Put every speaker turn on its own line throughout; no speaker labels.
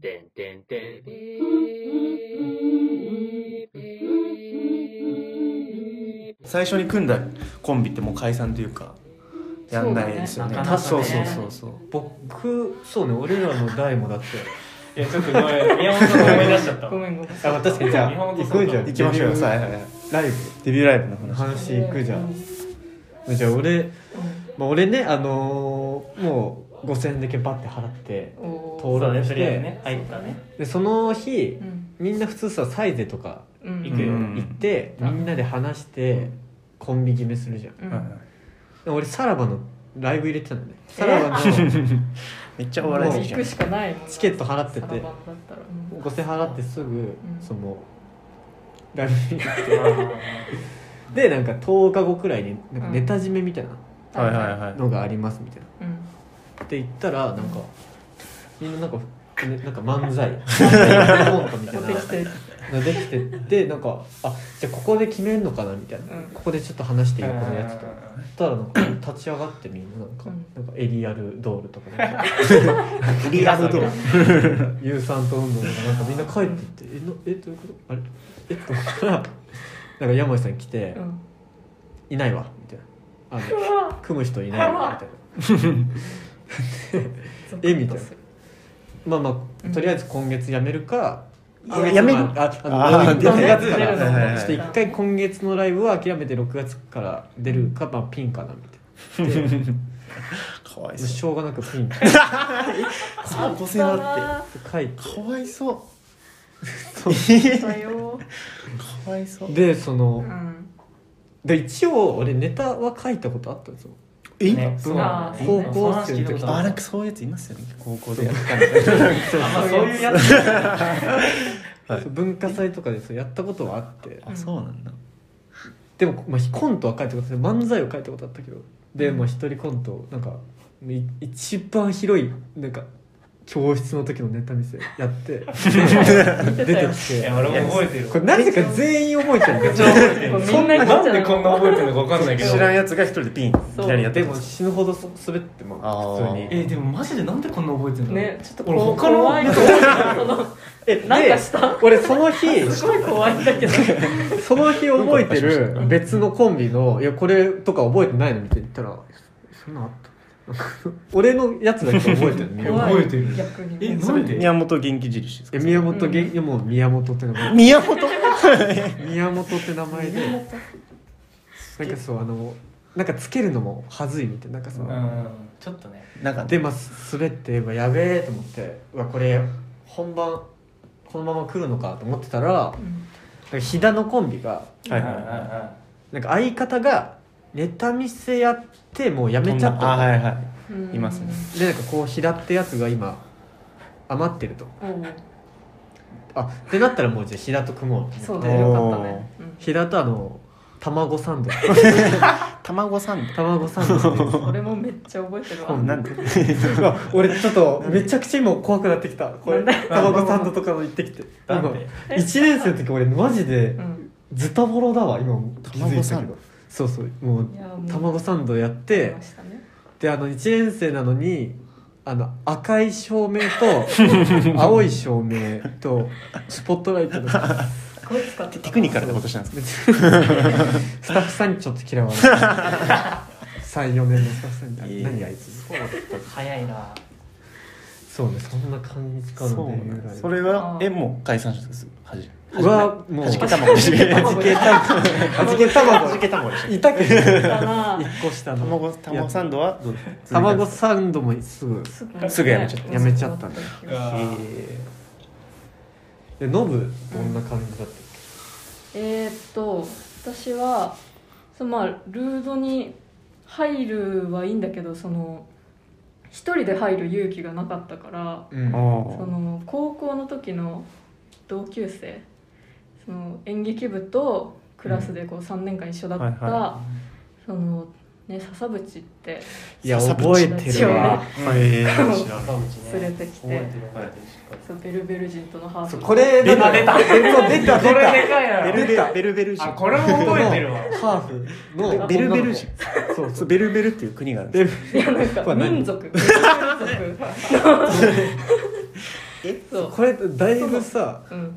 てんてんてん。
最初に組んだコンビってもう解散というかやんないですよねそ
そうだね
う
なかなか
そう
ね
そうそう
僕そうね俺らの代もだって
いや、ちょっとごめん、宮本が思い出しちゃった。
ごめんごめん。
あ確かにじゃあ
日本語
行
そう
く
だ
じゃん
行きましょうよ
デビュー
さあはいはい
ライブ
デビューライブの話
話行くじゃ
うんん
じゃあ俺、まあ、俺ねあのーもう5000円だけバッて払って
おー
登
そうだ
録
ね、
し
と
て、
りあえずね、入ったね。
でその日
うん
みんな普通さサイゼとか
うん
行くよ
うん
行って、
うん
みんなで話して、コンビ決めするじゃん
うん
はいはい
で俺さらばのライブ入れてたのねさらばの
めっちゃお笑い好きじ
行
ゃん
くしかないもん
チケット払って
サラバン
て
だったらうん
5000円払ってすぐ
ん
そのライブに行ってでなんか10日後くらいになんかネタ締めみたい
はいはいは
ないのがありますみたいな
うん
って言ったらなんかみんななんか、ね、なんか漫才漫才コントみたいな
持ってきて
のできてってなんかあじゃあここで決めるのかなみたいな、
うん
ここでちょっと話していいこのやつと
う
そしたらなんか立ち上がってみんななんか,、
うん
なんかエリアルドールとかなんか
リアルドール
有酸素運動とかなんかみんな帰っていって「えのえどういうことあれえっ?」と思ったらなんか山内さん来て
うん
「いないわ」みたいな「あの
うわ
組む人いないわ」みたいな
ゾ
え
ッ
み
と
たいな
する
まあま
う
あ
ん
とりあえず今月やめるか
あやめる
ああ
あ
あ
ー
の6月
出
か
る
ら
の
はいはいはい
ちょっと一回今月のライブは諦めて6月から出るか、まあ、ピンかなみたいなで
かわい
し
そう
ょうがなくピンって
高校生だっ
書いて
てかわいそ
さよ
うかわいそう
でその、
ううん
で一応俺ネタは書いたことあったんですよ
え、
ね
そう
あー
高校生の時
そ
あ
う
なんかそういうやついますよね高校でやったみたいな
あ、まあ、そういうやつ。
はい
そう文化祭とかでそうやったことはあって
あそうなんだ
でも、まあ、コントは書いたことあって漫才を書いたことあったけどでもう一人コントなんかい一番広いなんか教室の時のネタ見せやって 出てき
い
て
や、俺も覚えてる。
これなぜか全員覚えてるんだ
め
よ
っちゃ覚えて
こ
る。
うみんなに
なんでこんな覚えてるのかわかんないけど。
知らんやつが一人でピンいきなりやって
で
ま
も
す
死ぬほどそ滑ってまあ
あ
普
ー
通に
えでもマジでなんでこんな覚えてんの
ねちょっと
俺
こう
他の
怖いその
え
なんかした
俺その日
すごい怖いんだけど
その日覚えてる別のコンビの「いやこれとか覚えてないの?」みたいに言ったら「そんなのあった」俺のやつだけ覚えてるみんな
怖覚えてる
逆に
え
ね
なんで
宮本元気印ですか
え宮本げ、
うん
いやもう宮本って 名前
宮本
宮本って名前でなんかそうあのなんかつけるのも恥ずいみたいななんかそうの、
んちょっとね
なんか
でまあす滑ってうわやべえと思ってうわこれ本番このまま来るのかと思ってたらなん
うん
か飛騨のコンビが
はい
は
はいい
はい
は
は
なんか相方がネタ見せやってもうや
い
めちゃっ
あ
たの
はいはい
うん
いますね
でなんかこう飛騨ってやつが今余ってると
おう
あってなったらもうじゃあ飛騨と組もうと
そ
思
う
って
だよよかったねうん
飛騨とあの卵サンド
卵サン
卵サンドって いう
それもめっちゃ覚えてる
ド
わ
なんで
う わ俺ちょっとめちゃくちゃ今怖くなってきたこ
な
れ
んだ
卵サンドとかの行ってきて
なんで
今1年生の時俺マジで
うん
ズタボロだわ今気づ
卵
い
サ
たけ
ンド
どそうそうもう
いやもう
卵サンドやっ
やり
て
ましたね
であの1年生なのにあの赤い照明 と青い照明とスポットライトの
すごい使ってた
テクニカルなことしたんです
スタッフさんにちょっと嫌われた34年のスタッフさんにあ
いえい
れ
え
何あいつ
早いな
そうねそんな感じか
か
な
そうなんだそれはえもう解散したんですはじ
はもう
はじけ卵でし
卵
ょ
はじけ卵はじけ卵
はじけ卵でしょ
いたけど
だな
1個下の
卵卵サンドはどう
卵サンドもすぐ
す
すぐやめちゃった
やめちゃったんだよ
うわ
でノブどんな感じだったっ
えーっと私はそのまあルードに入るはいいんだけどその一人で入る勇気がなかったから
け、うん
そ
あ
の高校の時の同級生その演劇部とクラスでこう3年間一緒だった、
はいは
そのね笹淵って
いや覚えてるわ
あへえ 知らん
赤口ね
連れてきて
覚えてる覚えてる
そうベルベル人とのハー
そう
フ
これ出た出た出た出た
これでかいな
ベルベベルベル
あ
人
これも覚えてるわ
ハーフの
ベルベル人
そうそ
そううベルベルっていう国があるんです
で
いやなんか
これ何
民族民族の
え
そう
これだいぶさ
うん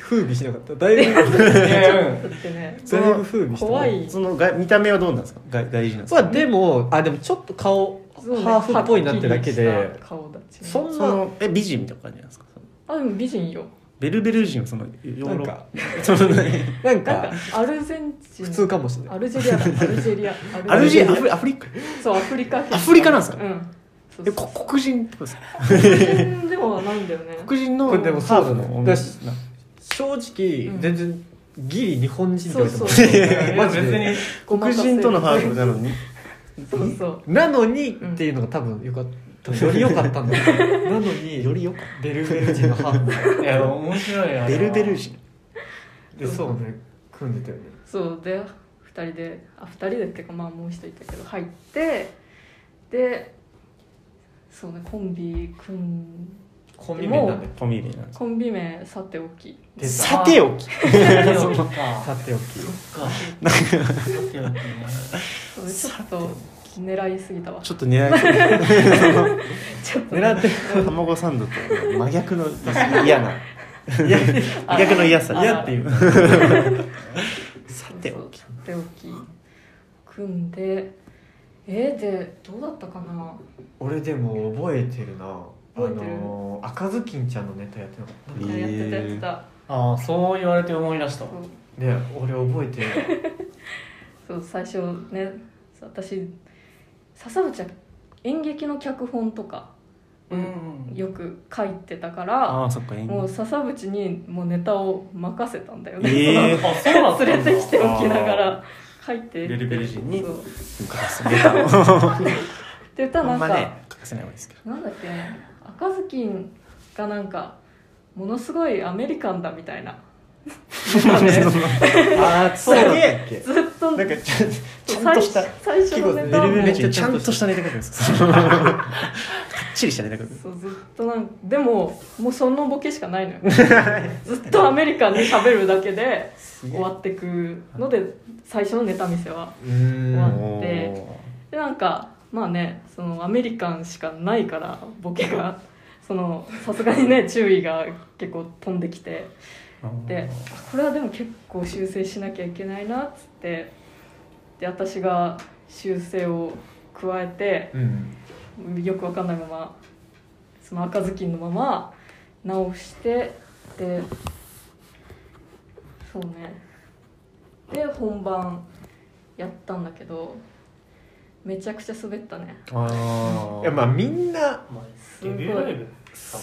風靡しなかっただいぶだ
いやうん
だってね
いぶ風靡した
怖い
そのが見た目はどうなんですか外外人なんです
ま
か
あでもあでもちょっと顔
そうね
ハーフっぽいなって
は
だけ
っきり
で
した顔立ち
そん
そ
な
のえ美人みたいな感じなんですかその
あでも美人よ
ベルベル人はそのヨー
な
ロ
ん
ッパ
か
そのね
なん
なんか
か
アルゼンチン
普通かもしれな
ア
い
ルジェリアだアルジェリ
アルジェ
アア
アフリアフリカ
そうアフリカ圏
アフリカなんすか
うんそう
え
そう
こ黒人ってことですか
黒人でもないんだよね
黒人の
これでもそうだね
ハーフの
だ
女
し
な
正直
うん
全然ギリ日本人って言われても
そうそう
いや
マジ
別
で
に
黒人とのハーフなのに
そうそう
なのにっていうのが多分よかったより良かったんだよなのに
よりよかっ
ベルベル人のハーフ
いや面白いよ
たベルベル人
でそうね組んでたよね
そうで2人であ二人でっていうかまあもう一人いたけど入ってでそうねコンビ組ん
コンビ名なんだよ
コミビなんです
コンビ名さておき
出た
さておき
そっか
さておき
そっかさておきね
そうねちょっと狙いすぎたわ
ちょっと狙いすぎ
ちょっと
狙って
卵サンドと真逆の嫌な
あ
真逆の嫌さ
あ
嫌っていうさておき
そうそうさておき組んでえー、でどうだったかな
俺でも覚えてるなあ
覚えてる
のー赤ずきんちゃんのネタやってなかった
え
あやってたやってた、
ああそう言われて思い出した
そう
ね俺覚えてる
そう最初ね私笹内は演劇の脚本とか
うん
よく書いてたから、
ああそっか演
もう笹渕にもうネタを任せたんだよね、
えー
あそうだったんだ
連れてきておきながら書いて
ベルベル人に
そう
欠かせない
で歌
ほ
なんん
ま
か、
ね欠かせない方がいいですけど
なんだっけ赤ずきんがなんかものすごいアメリカンだみたいな
ああそうだったっけ
ずっと
なんかちゃんちゃんと
最
した
最初のネタを
ベルベル
め
め
っ
っ
ち
ち
ゃ
ゃ
ち
ち
ゃ
ゃ
ん
ん
と
と
し
した
ネタ書くんですかっちりしたネタ書く
そうずっとなんかでももうそのボケしかない のよずっとアメリカンに喋るだけで終わってくので最初のネタ見せは
うーん
おーでなんかまあねそのアメリカンしかないからボケがそのさすがにね注意が結構飛んできてでこれはでも結構修正しなきゃいけないなっつってで私が修正を加えて
うん
よくわかんないままその赤ずきんのまま直してでそうねで本番やったんだけどめちゃくちゃ滑ったね
あ
いやまあみんな
まあ
す
デ
ごい
ビューライブ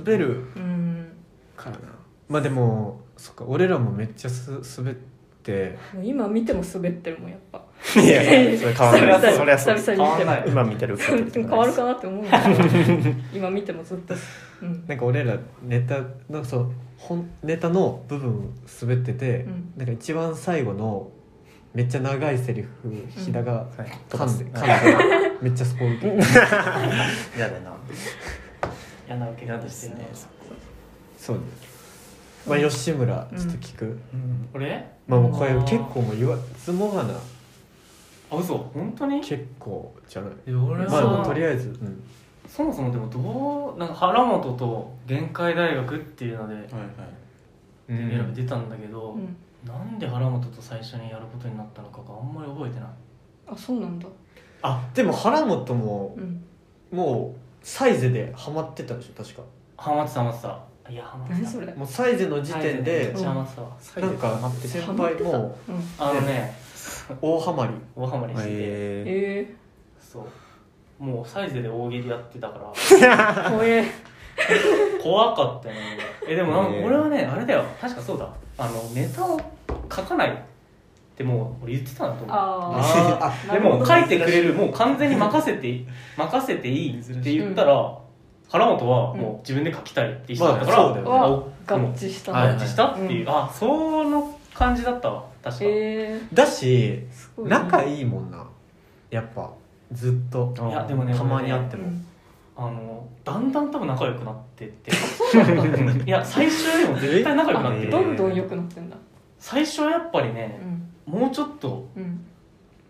滑る
うん
からなまあでもそっか俺らもめっちゃす滑って
もう今見ても滑ってるもんやっぱ
あいやそれ変わらない
久
そりゃ
々
そう
に
です
久々に見て
変わんない
も
今見てる受けてると
変
ね
わるかなって思うんだけど今見てもずっと、うん
なんか俺らネタのそう本ネタの部分滑ってて、
うん
なんか一番最後のめっちゃ長いセリフ飛田が
はい
噛んで、
飛ばす
噛ん でめっちゃスポール
嫌だな
嫌な受け
嫌
方
で
して
す
るな
ね
そうねまあ吉村ちょっと聞く、
うん
俺
まあもうこれ
あー
結構もう言わずもがな
あ嘘本当に
結構じゃない
いや俺
まあ
そう
でもと
は
りあえず、うん、
そもそもでもどうなんか原本と限界大学っていうので
はいはい
うん
選び出たんだけど、
うん、
なんで原本と最初にやることになったのかがあんまり覚えてない
あそうなんだ、
あでも原本も
うん、
もうサイゼでハマってたでしょ確か
ハマってたハマってたいやハマってた
何それ、
もうサイゼの時点
め
で
っちゃハマってたわ
なんか先輩も
うん、
あのね
大ハマり
大ハマりしてて、
え
え
そうもうサイズで大喜利やってたから
ー、怖え
怖かったよねえでもなん
ねえ
か俺はねあれだよ確かそうだあのネタを書かないってもう俺言ってたんだと思う
あー
あ
ー
あ
でも書いてくれるもう完全に任せていい任せていいって言ったら、原本はもう自分で書きたいって言ってたから、
まあそうだよね
あ
は合致した
はい
合致したっていう、あその感じだったわ確か、
え
だし
ー、すごいね
仲いいもんなやっぱずっと
いや
でもね
たまに会って
う
も、
ん
あのだんだん多分仲良くなってって
そうなんだ
いや最初よりも絶対仲良くなって
え
る
どんどん良くなってんだ
最初はやっぱり
う
ね、
ん
もうちょっと
うん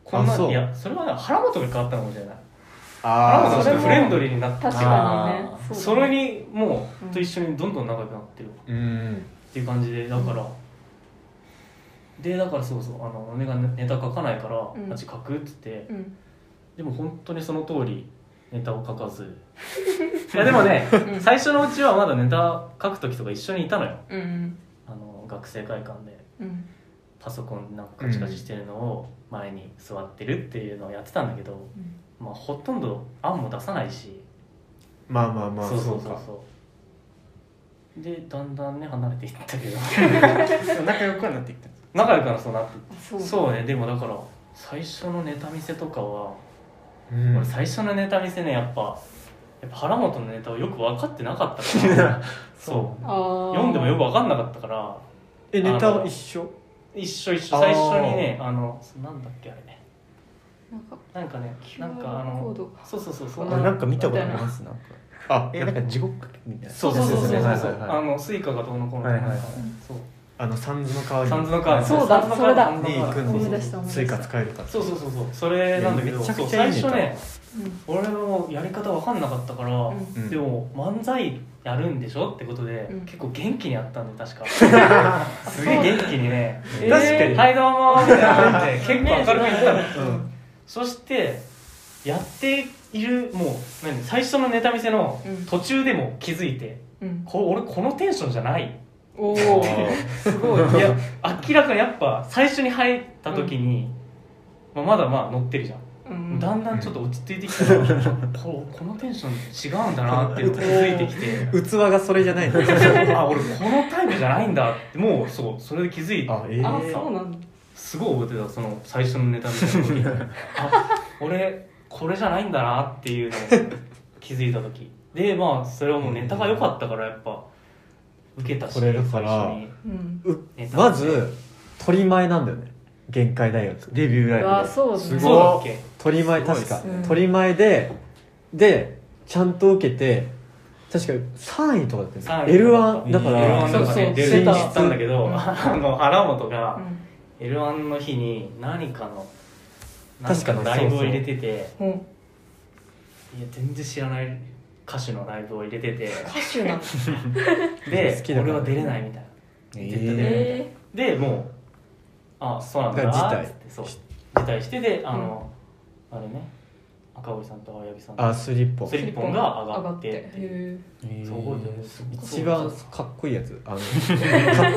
こん
あ
な
そう
いやそれはね原本が変わったのかもしれない原
あ
本
あ
さんとフレンドリーになって
確かにね
あー
うだね
それにも
うん
うと一緒にどんどん仲良くなってるっ
うん
ていう感じでだから、でだからそうそうあの俺がネタ書かないから
ん
「あっち書く?」っつって
うん
でも本当にその通りネタを書かず いやでもね
ん
最初のうちはまだネタ書く時とか一緒にいたのよ
うん
あの学生会館で
うん
パソコンなんかカチカチしてるのを前に座ってるっていうのをやってたんだけど、
うん
まあ、ほとんど案も出さないし
まあまあまあ
そうそうそうそうでだんだんね離れていったけど
仲良くはなってきた
仲良くはそうなっていっ
あそ
た
う
そうねでもだから最初のネタ見せとかは、
うん
俺最初のネタ見せねやっぱやっぱ原本のネタをよく分かってなかったからそう
あー
読んでもよく分かんなかったから
えネタは一緒
一緒一
あ
緒
ー
最初にねあのなんだっけあれね
なんか
なんかねなんかあ
QR コー
の
ド
そうそうそうそ
こ
う
れ
なんか見たことありますなんかあえなんか地獄みたいな
そうそうそうそうそう、
はいはいは
あ
い
のスイカがどうのこうのとか、
はいはいはい
そう
あのサンズの代わり
サンズの川
そうだそれだ
に行くん
思い
で
出した思い出
ス
し
イカ
た
使えるから
そうそうそうそうそれなんだけど
めちゃ
そう
くちゃい
最
いネ
初
タ
ね
うん
俺のやり方わかんなかったから、
ん
うん
でも漫才やるんでしょってことで、
うん
結構元気にやったんで確か すげえ元気にね「
えー確かに
はいどうも」みたいな感じで 結構明るく言ったの
うん
そしてやっているもう何最初のネタ見せの
うん
途中でも気づいて、
うん
こ俺このテンションじゃない
おおすごい
いや明らかにやっぱ最初に入った時に、まあ、まだまあ乗ってるじゃん、
うん
だんだんちょっと落ち着いてきたら、 ここのテンション違うんだなっていうのが気づいてきて
器がそれじゃないの
あ俺このタイプじゃないんだってもうそうそれで気づいて
あええ
あそうなんだ
すごい覚えてたその最初のネタ見た時 あ俺これじゃないんだなっていうのを気づいた時でまあそれはもうネタが良かったからやっぱ受けたし
これだから
最初に
うん
ネタ
まず取り前なんだよね限界大学デビューライブで
あそうです
す
そうだっ
ご
け
取り前
すごいっ
確
す
か
ね
取り前ででちゃんと受けて確か3位とかだったよね L1 だか
L1 だか
ら
らね
そうそ
出
う
先
る
日
って言ったんだけど、
うん
あの原本が
うん
L1 の日に何かの何
確
か
かに
のライブを入れてて
うん
いや全然知らない歌手のライブを入れて て
歌 手なんだ
で
好きだから
俺は出れないみたいな
え
絶対出れないみたいな
え
でもうあそうなんだ
が辞退
っつってそう辞退してであの、あれね赤堀さんと青柳さんと
あスリッポン
スリ
ー
ッポンが上がって
上がへ
そう覚えてる
一番かっこいいやつ あの勝っ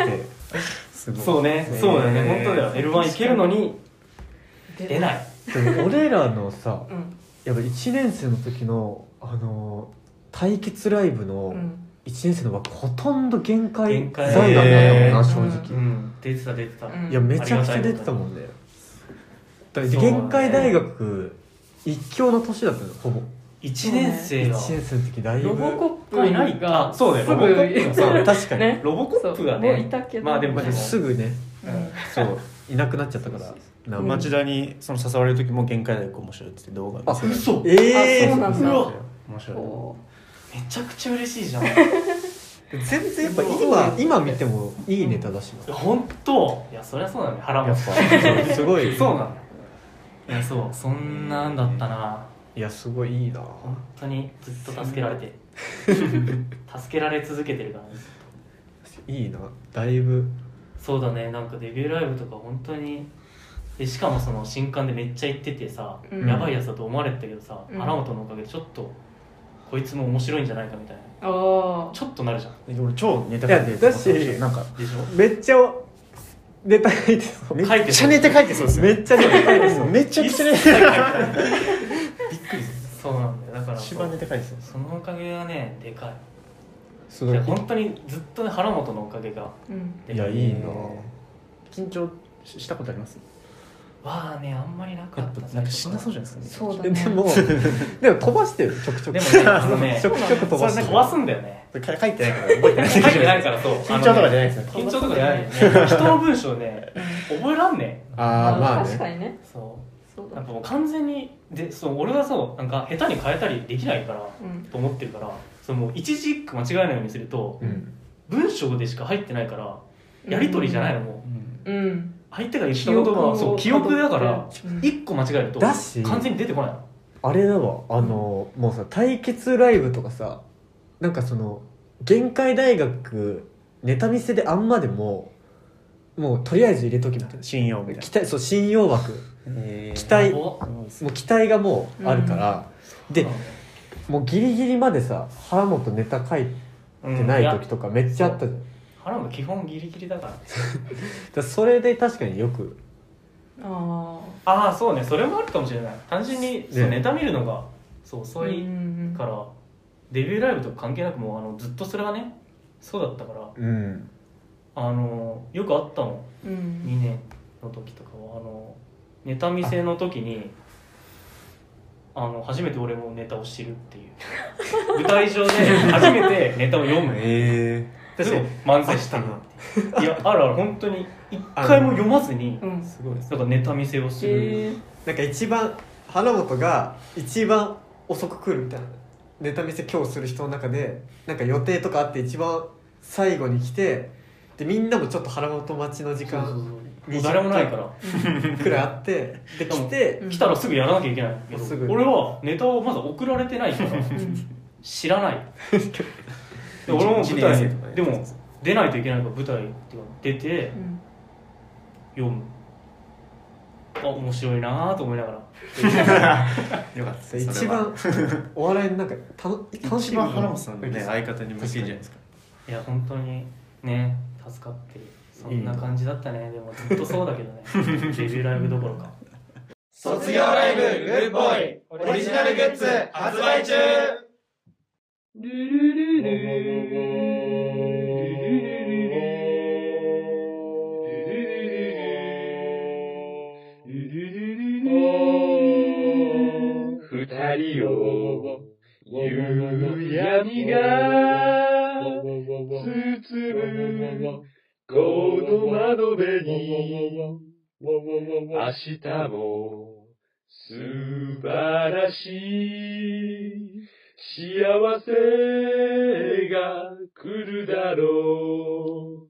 て
すごい
そうねそうだよね本当だよ L1 行けるのに
え
出ない
でも俺らのさ
うん
やっぱ1年生の時のあの対決ライブ
う
の
ん
1年生の枠ほとんど限界
限界
残高だよな
へー
正直
うん出てた出てた、
うん
いやめちゃくちゃ出てたもんねだって限界大学一強の年だったのよほぼ
1年生
1
が
年生の時だいぶ
ロボコップ
いない
が
あそうだよ
す
ロボコッ
ぐ
プそう
確か に、
ね
ロボコップが
そうもうい
ね
たけど
まあでも
まあ、すぐね
うん
そういなくなっちゃったからな
町田にその誘われる時も限界大学面白いっつって動画見せられて
嘘め
ええ
あそうなんだ
うわ
面白い
こ
ちゃくちゃ嬉しいじゃんい
全然やっぱ今今見てもいいネタだし
や本当いやそりゃそうだね腹
や
も
っぱそうすごい
そうなんだいやそうそんなんだったない
やすごいいいな
本当にずっと助けられ て助けられ続けてるからね
いいなだいぶ
そうだねなんかデビューライブとか本当にでしかもその新刊でめっちゃ行っててさ、
うん
やばいやつだと思われてたけどさ、
うん
原本のおかげでちょっとこいつも面白いんじゃないかみたいな
うあ
ちょっとなるじゃん
俺超ネタ書いて
い
る
やだし
なんか
でしょ
めっちゃネタ書いてそう
書いて
めっちゃネタ書いてそうですよ
めっちゃネタ書いてそう
めちゃくちゃネタ書いて
そうなんだよだから
一番ネタ書いてそう
そのおかげがねでか
す
い
ご
い
い
や本当にずっとね原本のおかげが
ーうん
で
い
か
や
い
いいな
緊張ししたことあります
わあねあんまりなか
や
っ
ったぱなんかしんどそうじゃないですか
そうだ
で
ね
もでも飛ばしてるちょくちょ
で
く
もねあのね
ちょくちょく飛ばしてる
飛ばすんだよ ね
ねか書いてないから覚えてない
書いてないからそう
緊張とかじゃないですよ
緊張とかじゃないよね人の文章ね覚えらんね
ああまあ
確か
ね
にね
えそう
そう
や
だ
っぱもう完全にでそう俺がそうなんか下手に変えたりできないから、
うん
と思ってるからそのもう一字一句間違えないようにすると
うん
文章でしか入ってないからやり取りじゃないのもう
うん
相手が言った言葉はそう記
記憶を
憶だから
辿ってうん
一個間違えると
だし
完全に出てこない
あれだわあのもうさ対決ライブとかさなんかその限界大学ネタ見せであんまでももうとりあえず入れときみたいな
信用みたい
期待そう信用枠
な、
期待
怖っ
もう期待がもうあるから、でもうギリギリまでさ腹本ネタ書いて
うん
ない
や
時とかめっちゃあったじゃん、だか
腹も基本ギリギリだから
らそれで確かによく
あ
ああそうねそれもあるかもしれない単純にそう
ね
ネタ見るのがそう
あう
遅
んう
い
ん
から、デビューライブとか関係なくもうあのずっとそれがねそうだったから
うん
あのよくあったも
うんうんん
2年の時とかはあのネタ見せの時にあの初めて俺もネタを知るっていう 舞台上で初めてネタを読む
え
でも漫才した
あっ
いやあるある本当に一回も読まずに
うん
すごいです
なんかネタ見せをする、
え
なんか一番花本が一番遅く来るみたいなネタ見せ今日する人の中でなんか予定とかあって一番最後に来てでみんなもちょっと花本待ちの時
そうそう
間
そうもう誰もないから
くらいあって
し
で
かも
来て
うん
来たらすぐやらなきゃいけないけど
すぐ
俺はネタをまだ送られてないから
ーうん
知ら ないで俺も
一
舞
年
台
生
に
とかね
でも出ないといけないから舞台っていうか出て
うん
読むあ面白いなぁと思いながら
よかった
一番お笑いのなんかたの楽し
一
み
番原本さんのね相方に向け
確
じ
か
ゃ
に
ないですか
いや本当にね助かってるそんな感じだったねでもずっとそうだけ どねデビューライブどころか
卒業ライブグッボーイオリジナルグッズ発売中
ルルル
二人を夕闇が包むこの窓辺に明日も素晴らしい幸せが来るだろう